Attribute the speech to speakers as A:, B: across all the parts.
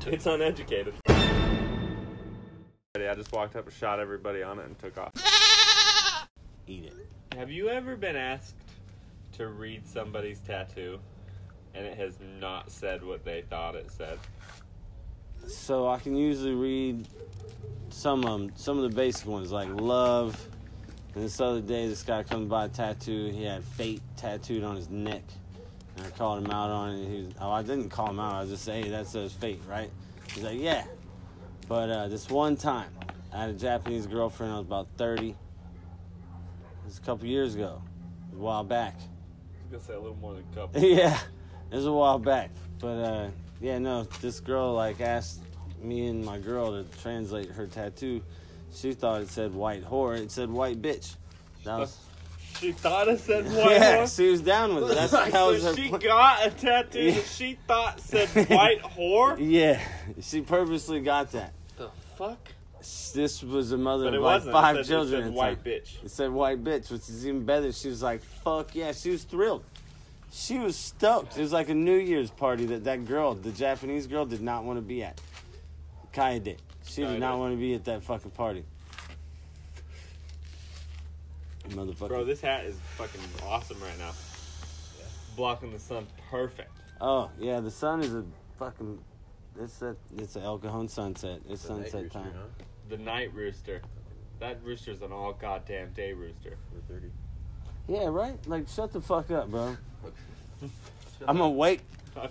A: It's uneducated.
B: I just walked up, shot everybody on it, and took off.
C: Eat it.
A: Have you ever been asked to read somebody's tattoo and it has not said what they thought it said?
C: So I can usually read some of 'em- some of the basic ones like love. And this other day, this guy comes by tattooed. He had fate tattooed on his neck, and I called him out on it. He was, oh, I didn't call him out. I just say hey, that says fate, right? He's like, yeah. But uh, this one time, I had a Japanese girlfriend. I was about thirty. It was a couple years ago, a while back.
A: I was gonna say a little more than a couple.
C: yeah, it was a while back. But uh, yeah, no, this girl like asked me and my girl to translate her tattoo. She thought it said white whore. It said white bitch. That was
A: She thought it said white
C: yeah.
A: horse.
C: She was down with it. That's that
A: so
C: was her
A: she
C: pla-
A: got a tattoo that she thought said white whore.
C: yeah, she purposely got that.
A: The fuck?
C: This was a mother
A: But it
C: of like
A: wasn't.
C: five
A: it said,
C: children.
A: It
C: at
A: said
C: the
A: white
C: time.
A: bitch.
C: It said white bitch, which is even better. She was like, fuck yeah. She was thrilled. She was stoked. It was like a New Year's party that that girl, the Japanese girl, did not want to be at. Kaya did. She
A: Kaya
C: did not
A: did.
C: want to be at that fucking party. Motherfucker.
A: Bro, this hat is fucking awesome right now. Blocking the sun perfect.
C: oh, yeah, the sun is a fucking. It's a, it's a El Cajon sunset. It's sunset time.
A: The night rooster. That rooster's an all goddamn day rooster.
C: Yeah, right? Like, shut the fuck up, bro. I'm awake.
A: I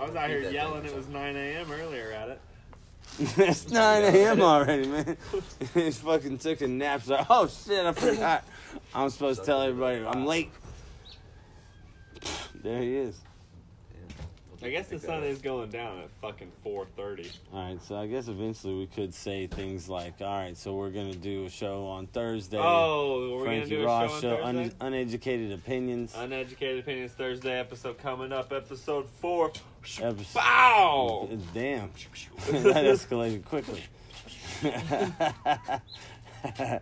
A: was out here yelling. It was 9 a.m. earlier at it.
C: it's 9 a.m. already, man. he fucking took a nap. So, oh shit, I forgot. I'm supposed to tell everybody I'm late. There he is.
A: I guess the sun is going down at fucking 4:30.
C: All right, so I guess eventually we could say things like, all right, so we're going to do a show on Thursday.
A: Oh, we're gonna
C: Frankie
A: do a
C: Ross
A: show on
C: un-
A: Thursday.
C: Uneducated Opinions.
A: Uneducated Opinions Thursday episode coming up. Episode four.
C: Episode-
A: Bow.
C: Damn. that escalated quickly.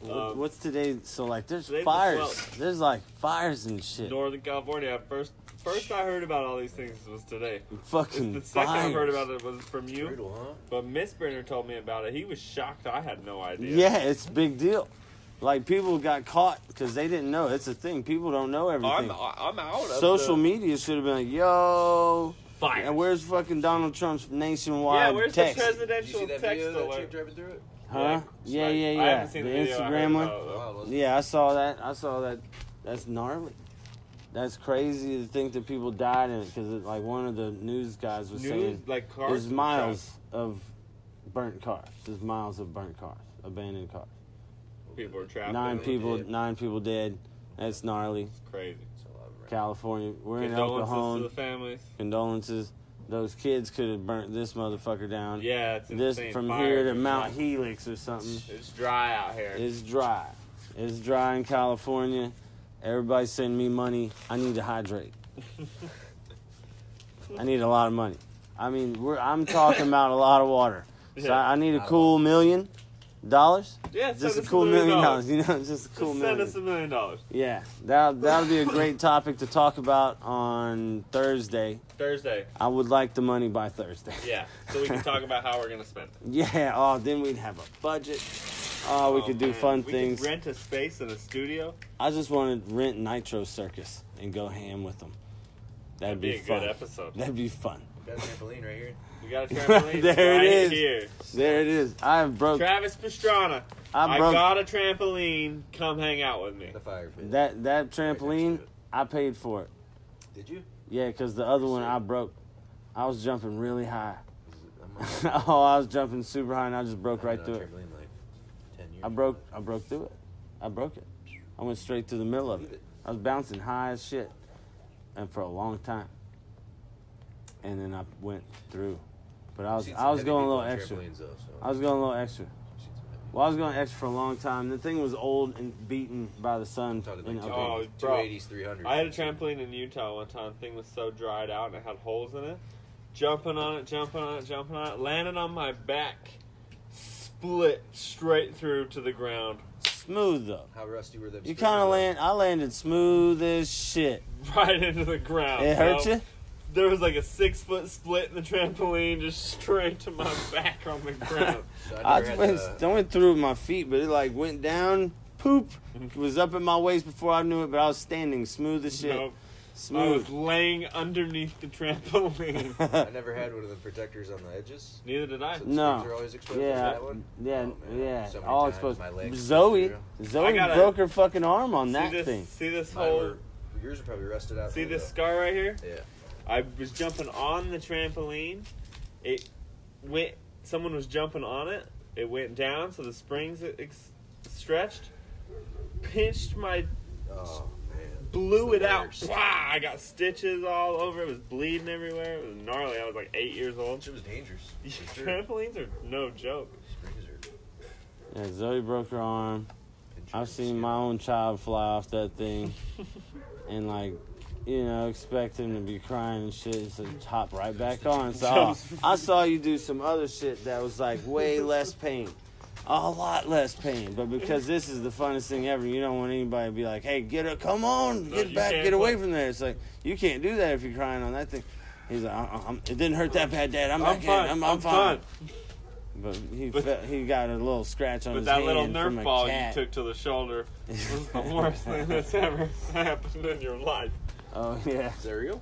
C: What-
A: Um,
C: What's today? So like, there's
A: today's the
C: fires.
A: 12th.
C: there's like fires and shit.
A: Northern California. First, first I heard about all these things was today.
C: Fucking
A: The second I
C: fires.
A: heard about it was from you,
B: Brutal, huh?
A: but Miss Brenner told me about it. He was shocked. I had no idea.
C: Yeah, it's a big deal. Like people got caught because they didn't know. It's a thing. People don't
A: Oh,
C: know
B: I'm,
C: everything.
B: I'm out of
C: Social
B: the,
C: media should have been like, yo.
A: Fire.
C: And where's fucking Donald Trump's nationwide
A: yeah, where's
C: text?
A: the
D: Did you
A: presidential
D: see that
A: text
D: video of that
A: alert?
D: chick driving through it?
C: huh? Yeah, yeah, yeah.
A: I haven't seen the,
C: the,
A: video. I heard
C: Instagram one.
A: about it, though.
D: Wow, it was-
C: Yeah, I saw that. I saw that. That's gnarly. That's crazy to think that people died in it because like one of the news guys was
A: News
C: saying
A: like cars.
C: there's
A: and
C: miles of burnt cars. There's miles of burnt cars, abandoned cars.
A: stuff. People are trapped.
C: Nine
A: Nine people.
C: people,
D: dead.
C: nine people dead. That's gnarly.
A: It's crazy.
D: It's a lot of rain.
C: California, we're in El
A: Condolences to
C: Cajon.
A: the families.
C: Condolences. Those kids could have burnt this motherfucker down.
A: Yeah, it's
C: this
A: insane.
C: from
A: Fire
C: here to
A: is
C: Mount
A: dry.
C: Helix or something.
A: It's dry out here.
C: It's dry. It's dry in California. Everybody send me money. I need to hydrate. I need a lot of money. I mean, we're, I'm talking about a lot of water. So
A: Yeah.
C: I, I need a cool million dollars.
A: yeah,
C: Just a
A: send us
C: cool million
A: dollars.
C: dollars. You know, just a cool
A: Just
C: million.
A: send us a million dollars.
C: yeah, that that'll be a great topic to talk about on Thursday.
A: Thursday.
C: I would like the money by Thursday.
A: Yeah. So we can talk about how we're gonna spend it.
C: Yeah. Oh, then we'd have a budget. Oh, we
A: Oh,
C: could do
A: man.
C: fun
A: we
C: things.
A: Could rent a space in a studio.
C: I just want to rent Nitro Circus and go ham with them. That'd,
A: That'd be, a
C: fun.
A: good episode.
C: That'd be fun.
D: Got a trampoline right here.
A: We got a trampoline
C: There it
A: right
C: is.
A: here.
C: There it is. I broke.
A: Travis Pastrana.
C: I
A: I
C: broke
A: got a trampoline. Come hang out with me.
D: The fire pit.
C: that that trampoline. I paid for it.
D: Did you?
C: Yeah, because the other one I broke. I was jumping really high.
D: I'm on-
C: oh, I was jumping super high and I just broke
D: I've
C: right
D: been
C: through
D: on
C: it.
D: trampoline like 10 years.
C: I broke. I broke through it. I broke it. I went straight through the middle of it. I was bouncing high as shit, and for a long time. And then I went through, but I
D: I've
C: was
D: seen some
C: I was
D: heavy
C: going a
D: people
C: little
D: on
C: extra.
D: trampolines, though, so-
C: I was going a little extra.
D: I've seen some heavy-
C: Well, I was going extra for a long time. The thing was old and beaten by the sun.
D: I'm talking
C: in
D: like
C: Upper-
A: Oh,
D: two-
A: bro.
D: 280s, 300s.
A: I had a trampoline in Utah one time. Thing was so dried out and it had holes in it. Jumping on it, jumping on it, jumping on it, landing on my back, split straight through to the ground.
C: smooth though.
D: How rusty were them?
C: You
D: springs?
C: kind of land. I landed smooth as shit.
D: Oh,
A: Right into the ground.
C: It hurt
A: bro.
C: you?
A: there was like a six foot split in the trampoline, just straight to my back on the ground.
D: So
C: I
D: I never had
C: went,
D: the,
C: I went through my feet, but it like went down, poop. It was up at my waist before I knew it, but I was standing smooth as shit.
A: Nope. I
C: Smooth.
A: was laying underneath the trampoline.
D: I never had one of the protectors on the edges.
A: Neither did I.
D: So the
C: No.
D: springs Are always exposed to
C: yeah,
D: that one?
C: yeah,
D: Oh, man.
C: yeah.
D: So many
C: All
D: times
C: exposed.
D: my legs
C: Zoe,
D: went
A: I
C: Zoe
A: gotta-
C: broke her fucking arm on
A: See
C: that
A: this,
C: thing.
A: See this
D: Mine
A: whole.
D: were- Yours are probably rusted
A: Oh.
D: out.
A: See
D: though.
A: this scar right here?
D: Yeah.
A: I was jumping on the trampoline. It went. Someone was jumping on it. It went down, so the springs e-, ex- stretched, pinched my,
D: Oh man.
A: blew
D: It's
A: it
D: the
A: out.
D: worst.
A: Wah! I got stitches all over. It was bleeding everywhere. It was gnarly. I was like eight years old.
D: Shit was dangerous. for sure.
A: Trampolines are no joke.
D: Springs are
C: Yeah, Zoe broke her arm.
D: pinching
C: I've
D: the
C: seen
D: skin.
C: my own child fly off that thing, and like, you know, expect him to be crying and shit, and so hop right back on. So oh, I saw you do some other shit that was like way less pain, a lot less pain. But because this is the funnest thing ever, you don't want anybody to be like, "Hey, get up, come on,
A: No,
C: get
A: you
C: back,
A: can't
C: get away
A: put-
C: from there." It's like you can't do that if you're crying on that thing. He's like, uh-uh, I'm, "It didn't hurt that bad, Dad. I'm, back in. I'm, I'm fine." But he
A: But-
C: felt, he got a little scratch on
A: But
C: his
A: that
C: hand
A: little
C: from
A: Nerf
C: a
A: ball
C: cat.
A: you took to the shoulder was the worst thing that's ever happened in your life.
C: Oh yeah.
D: Is that real?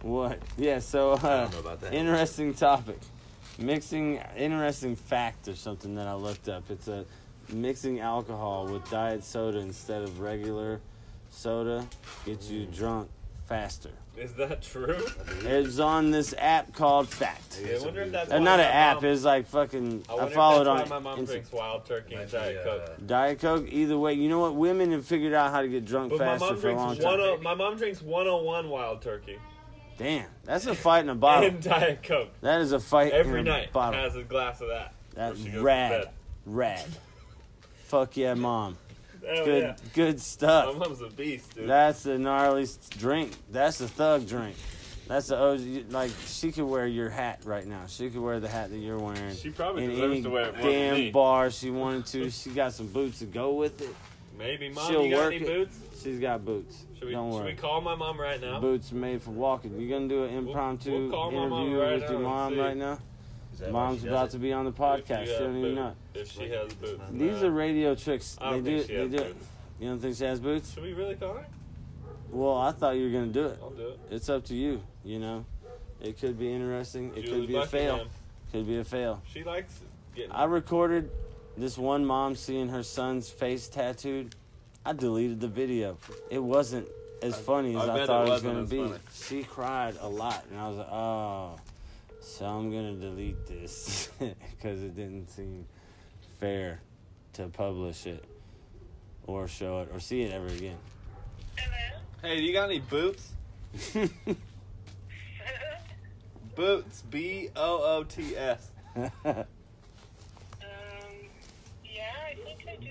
C: What? Yeah, so
D: I
C: uh,
D: don't know about that.
C: interesting topic. Mixing interesting fact or something that I looked up. It's a mixing alcohol with diet soda instead of regular soda gets you
A: Mm.
C: drunk faster.
A: Is that true?
C: It's on this app called Fact.
D: Maybe
A: I
D: it's
A: wonder if
D: something
A: that's
C: Uh,
A: why
C: not an
A: my
C: app,
A: mom-
C: it's like fucking
A: wonder
C: I,
A: if
C: followed
A: that's
C: on
A: why my mom
C: Insta-
A: drinks Wild Turkey and
D: might
A: Diet
D: be, uh,
A: Coke.
C: Diet Coke, either way. You know what? Women have figured out how to get drunk
A: But my
C: faster
A: mom
C: for a long
A: drinks
C: time.
A: one oh, my mom drinks 101 Wild Turkey
C: Damn, that's a fight in a bottle.
A: and Diet Coke
C: that is a fight
A: every
C: in a
A: night.
C: bottle.
A: Has a glass of that.
C: That's
A: She goes to
C: rad.
A: bed.
C: Rad. Fuck yeah, mom.
A: Hell
C: Good
A: Oh, yeah.
C: good
A: My
C: stuff.
A: mom's a beast, dude.
C: That's the gnarly s- drink. That's the thug drink. That's the OG. Like, she could wear your hat right now. She could wear the hat that you're wearing.
A: she probably
C: in
A: deserves
C: any
A: to wear it more than me.
C: damn bar she wanted to. She got some boots to go with it.
A: Maybe mom,
C: She'll
A: you got
C: work
A: any
C: it.
A: boots?
C: She's got boots.
A: Should we,
C: Don't
A: should we
C: worry.
A: call my mom right now?
C: Boots are made for walking. You're gonna do an
A: we'll
C: impromptu
A: call my mom
C: interview
A: right
C: with
A: now
C: your
A: and
C: mom
A: see.
C: right now.
D: Is that why
C: Mom's
D: she does
C: about
D: it?
C: to be on the
A: If you
C: podcast. She
A: have
C: don't even
A: boots-
C: know.
A: If she has boots.
C: These
A: Uh,
C: are radio tricks.
A: I don't
C: they do
A: think
C: it.
A: she has
C: They do it.
A: boots.
C: You don't think she has boots?
A: Should we really call her?
C: Well, I thought you were gonna do it.
A: I'll do it.
C: It's up to you. You know, it could be interesting. It
A: Julie
C: could be a
A: Buckingham.
C: fail. Could be a fail.
A: She likes getting.
C: I recorded this one mom seeing her son's face tattooed. I deleted the video. It wasn't as funny as
A: I
C: I,
A: bet it
C: thought it was
A: wasn't
C: gonna
A: as
C: be.
A: funny.
C: She cried a lot, and I was like, oh, so I'm gonna delete this because it didn't seem fair to publish it or show it or see it ever again.
A: hey, do you got any boots? Boots. B O O T S.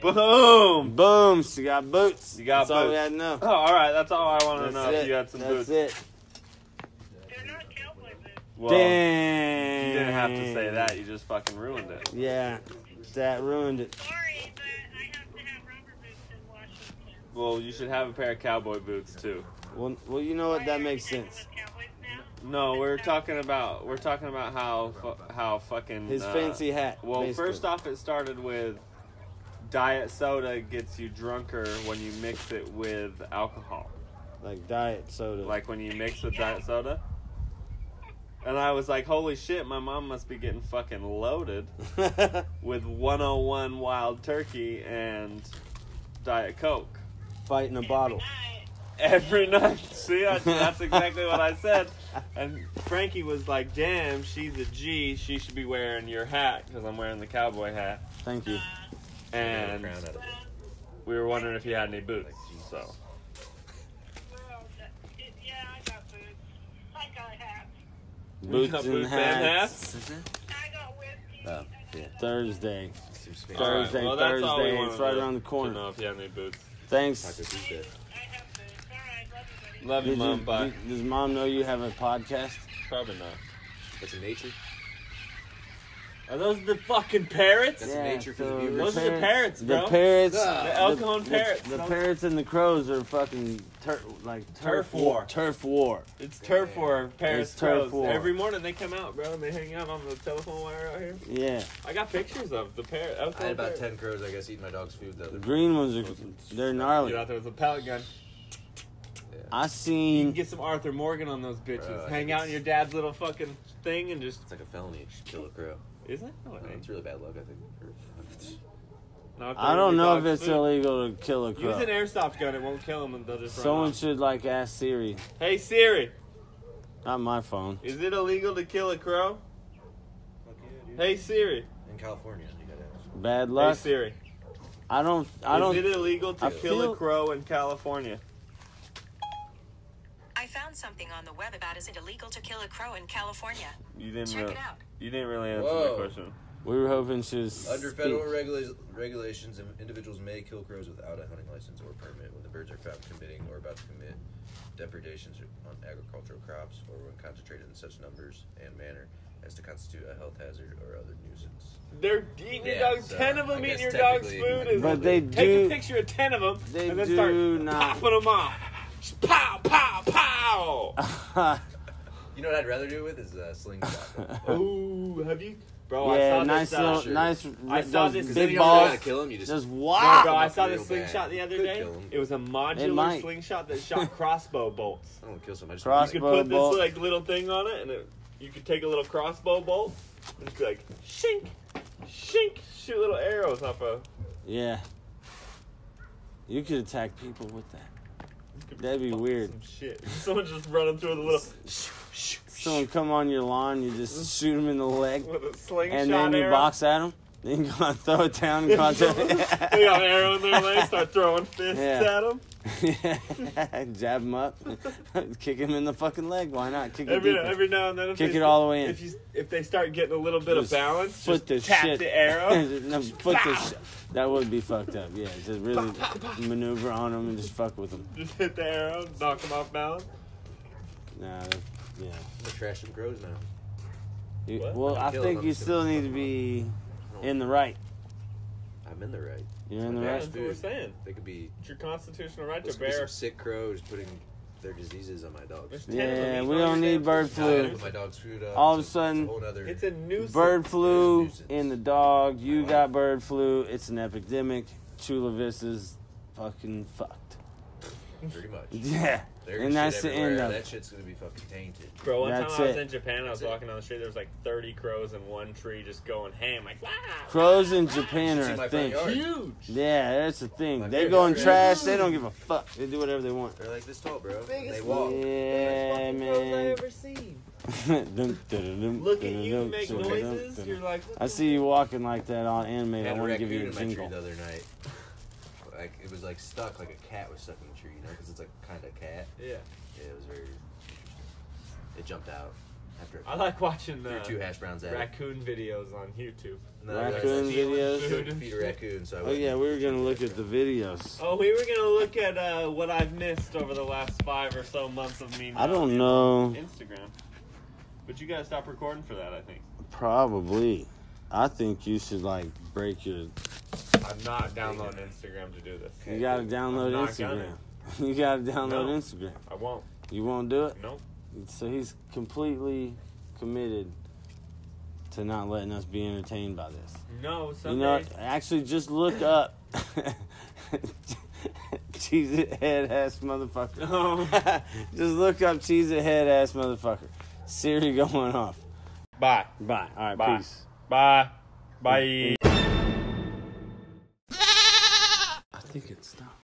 A: Boom.
C: Boom! She got boots.
A: You got
C: That's all we
A: boots.
C: had to know.
A: Oh, all right. That's all I want to
C: That's
A: know.
C: it.
A: If you had some
C: That's
A: boots.
C: it.
A: Well,
C: Damn.
A: you didn't have to say that. You just fucking ruined it.
C: Yeah, that ruined it.
A: Well, you should have a pair of cowboy boots too.
C: Well, well, you know what? That makes sense.
A: No, we're talking about we're talking about how fu- how fucking
C: His
A: uh,
C: fancy hat.
A: Well,
C: basically.
A: first off, it started with diet soda gets you drunker when you mix it with alcohol.
C: like diet soda.
A: Like when you mix with diet soda. And I was like, holy shit, my mom must be getting fucking loaded with 101 wild turkey and Diet Coke
C: fighting a bottle.
A: every night. See, I, that's exactly what I said. And Frankie was like, damn, she's a G. She should be wearing your hat because I'm wearing the cowboy hat.
C: Thank you.
D: Yeah,
A: And
D: crown out of it.
A: we were wondering if you had any boots. So uh,
C: Boots,
A: Boots
C: and
A: and
C: hats.
D: Oh, yeah.
C: Thursday.
D: Seems fancy.
A: All
C: Thursday,
A: well, that's all we
C: Thursday,
A: wanted
C: it's right
A: to-
C: around the corner.
A: To know if you have any boots.
C: Thanks.
D: Taco Tuesday.
A: Love you,
C: Did
A: mom.
C: you-
A: Bye.
C: did- does mom know you have a podcast?
A: Probably not.
D: That's in nature.
A: Are those the fucking parrots?
D: That's nature for the
C: so
D: viewers.
A: Those are the parrots,
C: The
A: bro.
C: parrots.
D: Ah.
A: The El Cajon
C: the-
A: parrots.
C: The, parrots and the crows are fucking tur- like turf,
A: Turf war.
C: Turf war.
A: It's turf war, Paris
C: It's turf
A: Crows.
C: war.
A: Every morning they come out, bro, and they hang out on the telephone wire out here.
C: Yeah.
A: I got pictures of the parrot. I,
D: I had about ten crows. I guess eating my dog's food the other
C: The
D: day.
C: green ones are they're
A: Get
C: gnarly.
A: out there with a pellet gun.
C: I
A: You can
C: seen
A: get some Arthur Morgan on those bitches.
D: Bro,
A: hang
D: I think
A: out in
D: it's-
A: your dad's little fucking thing and just
D: It's like a felony. You should kill a crow.
A: isn't it? No, it
D: Uh,
A: ain't.
D: it's really bad luck, I think.
A: Not if
C: I
A: they're
C: don't
A: your
C: know if
A: dog's
C: it's
A: food.
C: illegal to kill a
A: Use an
C: crow.
A: airsoft gun; it won't kill them, and they'll just run.
C: Someone
A: off.
C: should like ask Siri,
A: Hey Siri,
C: not my phone.
A: is it illegal to kill a crow? Hey Siri.
D: In California, you gotta have
C: Bad luck.
A: Hey Siri.
C: I don't. I
A: Is it
C: don't.
A: illegal to
C: I
A: kill
C: feel-
A: a crow in California?
E: I found something on the web about is it illegal to kill a crow in California?
F: You didn't.
E: Check
F: Really,
E: it out.
F: you didn't really answer
D: Whoa.
F: my question.
C: We were hoping she was
D: Under federal regula- regulations, in- individuals may kill crows without a hunting license or permit when the birds are found committing or about to commit depredations on agricultural crops or when concentrated in such numbers and manner as to constitute a health hazard or other nuisance.
A: They're eating your
D: Yeah,
A: dog's.
D: so
A: ten of
D: I
A: them eating
D: guess
A: your dog's
D: technically-
A: food. Is
C: But they
A: Take a
C: do.
A: picture of ten of them
C: They
A: and then
C: do
A: start
C: not-
A: popping them off. Just pow, pow, pow.
C: Oh,
D: You know what I'd rather do with is uh, a slingshot.
A: Ooh, have you? Bro, I
C: yeah,
A: saw
C: nice
A: this. Uh,
C: little,
D: sure.
C: nice.
A: I saw
C: those
A: this
C: big
A: video
C: balls.
D: to kill him. You just
C: Just
A: no,
C: wow.
A: bro, I saw
D: Real
A: this slingshot
D: bad.
A: the other
D: Could
A: day.
D: kill 'em.
A: It was a modular
C: Ah! might.
A: slingshot that shot crossbow bolts.
D: I don't wanna kill somebody. just
C: Cross-
A: You could
C: Crossbow
A: put this
C: bolt.
A: like little thing on it, and it, you could take a little crossbow bolt and just be like, shink, shink, shoot little arrows off a.
C: Yeah. You could attack people with that. That'd be weird.
A: Some shit. Someone just running through the little
C: Someone come on your lawn, you just shoot them in the leg,
A: with a slingshot
C: and then you
A: arrow.
C: box at them. Then you go and throw it down and cross
A: they got an arrow in their leg, start throwing fists at 'em.
C: Yeah.
A: at them.
C: Jab them up, kick him in the fucking leg. Why not? Kick him
A: Every,
C: deeper.
A: every now and then, if
C: Kick
A: they
C: it
A: st-
C: all the way in.
A: If, you, if they start getting a little bit
C: Just
A: of balance,
C: foot
A: just
C: the
A: tap
C: shit.
A: the arrow.
C: No, foot the shit. That would be fucked up. Yeah, just really maneuver on them and just fuck with them.
A: just hit the arrow, knock them off balance.
C: Nah, that- yeah.
D: I'm gonna trash some crows now.
C: You-
A: What?
C: well, I
D: Kill
C: think
D: them,
C: you
D: just get
C: still
D: the
C: need
D: fuck
C: to
D: out.
C: be
D: I don't-
C: in the right.
D: I'm in the right.
C: You're in the
D: Yeah.
C: right.
A: That's what we're
D: Dude.
A: saying.
D: They could be,
A: It's your constitutional right
D: this
A: to
D: could be some
A: bear.
D: sick crows putting their diseases on my dogs.
A: There's ten of them
C: Yeah,
A: eating
C: we
A: all
C: don't
A: your
C: need
A: damn
C: bird
A: food.
D: I gotta
C: flu.
D: put my dog's food up.
C: All of a
D: It's
C: sudden,
D: it's a whole nother-
A: It's a nuisance.
C: Bird flu
D: It's a nuisance.
C: in the dog. You
D: Wow.
C: got bird flu. It's an epidemic. Chula Vista's fucking fucked.
D: pretty much.
C: Yeah,
D: There's
C: and
D: shit
C: that's the end
D: everywhere.
C: of
D: That
C: it.
D: shit's gonna be fucking tainted.
A: Bro, one
C: That's
A: time I was
C: it.
A: in Japan, I was
D: That's it.
A: walking down the street, there was like 30 crows in one tree just going ham. Like, wow.
C: Crows in Japan
D: It's in
C: are
D: my
C: a
D: front
C: thing.
D: yard.
A: Huge.
C: Yeah, that's the
D: My
C: thing. They
D: favorite
C: go in
D: friend.
C: trash. They don't give a fuck. They do whatever they want.
D: They're like this tall, bro. And
A: Biggest
D: they walk.
C: Yeah, man. Look
A: Look at you make noises. You're like, what
C: I
A: the-
C: see you walking like that all animated.
D: I
C: I
D: had a
C: want to
D: raccoon
C: give you a
D: in my tree
C: jingle.
D: the other night. Like it was like stuck, like a cat was stuck in the tree, you know, because it's like kind of cat.
A: Yeah.
D: Yeah, it was very interesting. It jumped out after
A: I like watching
D: threw
A: uh,
D: two hash browns at it.
A: raccoon videos on YouTube.
D: And then I realized
C: Raccoon
D: I
C: videos?
D: couldn't Feed a raccoon, so I
C: Oh yeah, we were gonna look at the videos.
A: Oh, we were gonna look at uh, what I've missed over the last five or so months of me. not
C: I don't
A: in
C: know.
A: Instagram, but you gotta stop recording for that. I think
C: Probably. I think you should like break your.
A: I'm not downloading Instagram to do this.
C: You gotta
A: I'm
C: download
A: not
C: Instagram.
A: gonna.
C: You gotta
A: No.
C: download Instagram.
A: I won't.
C: You won't do it.
A: Nope.
C: So he's completely committed to not letting us be entertained by this.
A: No.
C: You know,
A: Someday.
C: actually, just look up. Cheese it head ass motherfucker. just look up Cheese it head ass motherfucker. Siri going off.
A: Bye.
C: Bye. All right,
A: Bye.
C: peace.
A: Bye. Bye.
C: I think it's stopped.